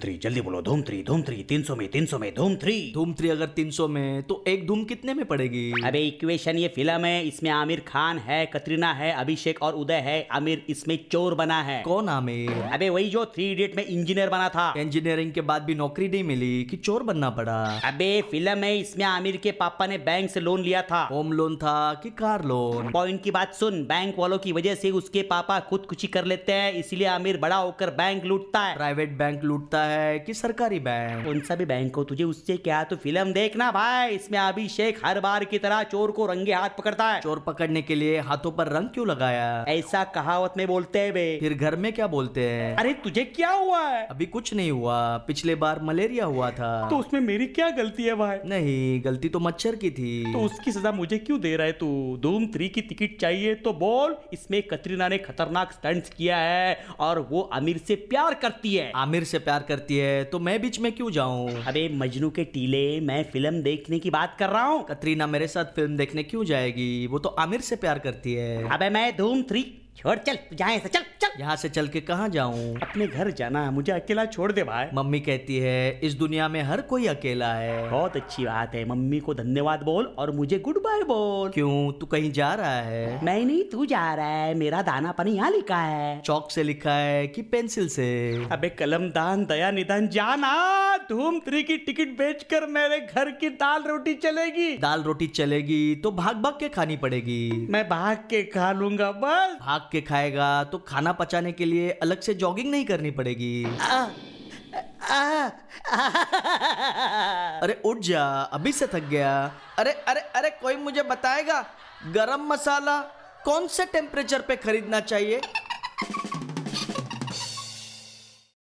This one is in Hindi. थ्री जल्दी बोलो धूम थ्री धूम थ्री तीन सौ में तीन सौ में धूम थ्री धूम थ्री अगर 300 में तो एक धूम कितने में पड़ेगी अबे इक्वेशन ये फिल्म है इसमें आमिर खान है कतरीना है अभिषेक और उदय है आमिर इसमें चोर बना है कौन आमिर अबे वही जो थ्री इडियट में इंजीनियर बना था इंजीनियरिंग के बाद भी नौकरी नहीं मिली कि चोर बनना पड़ा अबे फिल्म है इसमें आमिर के पापा ने बैंक से लोन लिया था होम लोन था कि कार लोन पॉइंट की बात सुन बैंक वालों की वजह से उसके पापा खुदकुशी कर लेते हैं इसीलिए आमिर बड़ा होकर बैंक लूटता है प्राइवेट बैंक लूटता है कि सरकारी बैंक कौन सा भी बैंक हो तुझे उससे क्या तो फिल्म देखना भाई इसमें अभिषेक हर बार की तरह चोर को रंगे हाथ पकड़ता है चोर पकड़ने के लिए हाथों पर रंग क्यों लगाया ऐसा कहावत में बोलते हैं बे फिर घर में क्या बोलते हैं अरे तुझे क्या हुआ है अभी कुछ नहीं हुआ पिछले बार मलेरिया हुआ था तो उसमें मेरी क्या गलती है भाई नहीं गलती तो मच्छर की थी तो उसकी सजा मुझे क्यों दे रहा है तू धूम थ्री की टिकट चाहिए तो बोल इसमें कतरीना ने खतरनाक स्टंट्स किया है और वो आमिर से प्यार करती है आमिर से प्यार करती है तो मैं बीच में क्यों जाऊं अबे मजनू के टीले मैं फिल्म देखने की बात कर रहा हूँ कतरीना मेरे साथ फिल्म देखने क्यों जाएगी वो तो आमिर से प्यार करती है अबे मैं धूम थ्री छोड़ चल तू जहाँ से चल चल यहाँ से चल के कहाँ जाऊं अपने घर जाना मुझे अकेला छोड़ दे भाई मम्मी कहती है इस दुनिया में हर कोई अकेला है बहुत अच्छी बात है मम्मी को धन्यवाद बोल और मुझे गुड बाय बोल क्यों तू कहीं जा रहा है मैं नहीं तू जा रहा है मेरा दाना पानी यहाँ लिखा है चौक से लिखा है कि पेंसिल से अबे कलमदान दया निदान जाना धूम थ्री की टिकट बेचकर मेरे घर की दाल रोटी चलेगी दाल रोटी चलेगी तो भाग भाग के खानी पड़ेगी मैं भाग के खा लूंगा बस भाग के खाएगा तो खाना पचाने के लिए अलग से जॉगिंग नहीं करनी पड़ेगी अरे उठ जा अभी से थक गया अरे अरे अरे कोई मुझे बताएगा गरम मसाला कौन से टेम्परेचर पे खरीदना चाहिए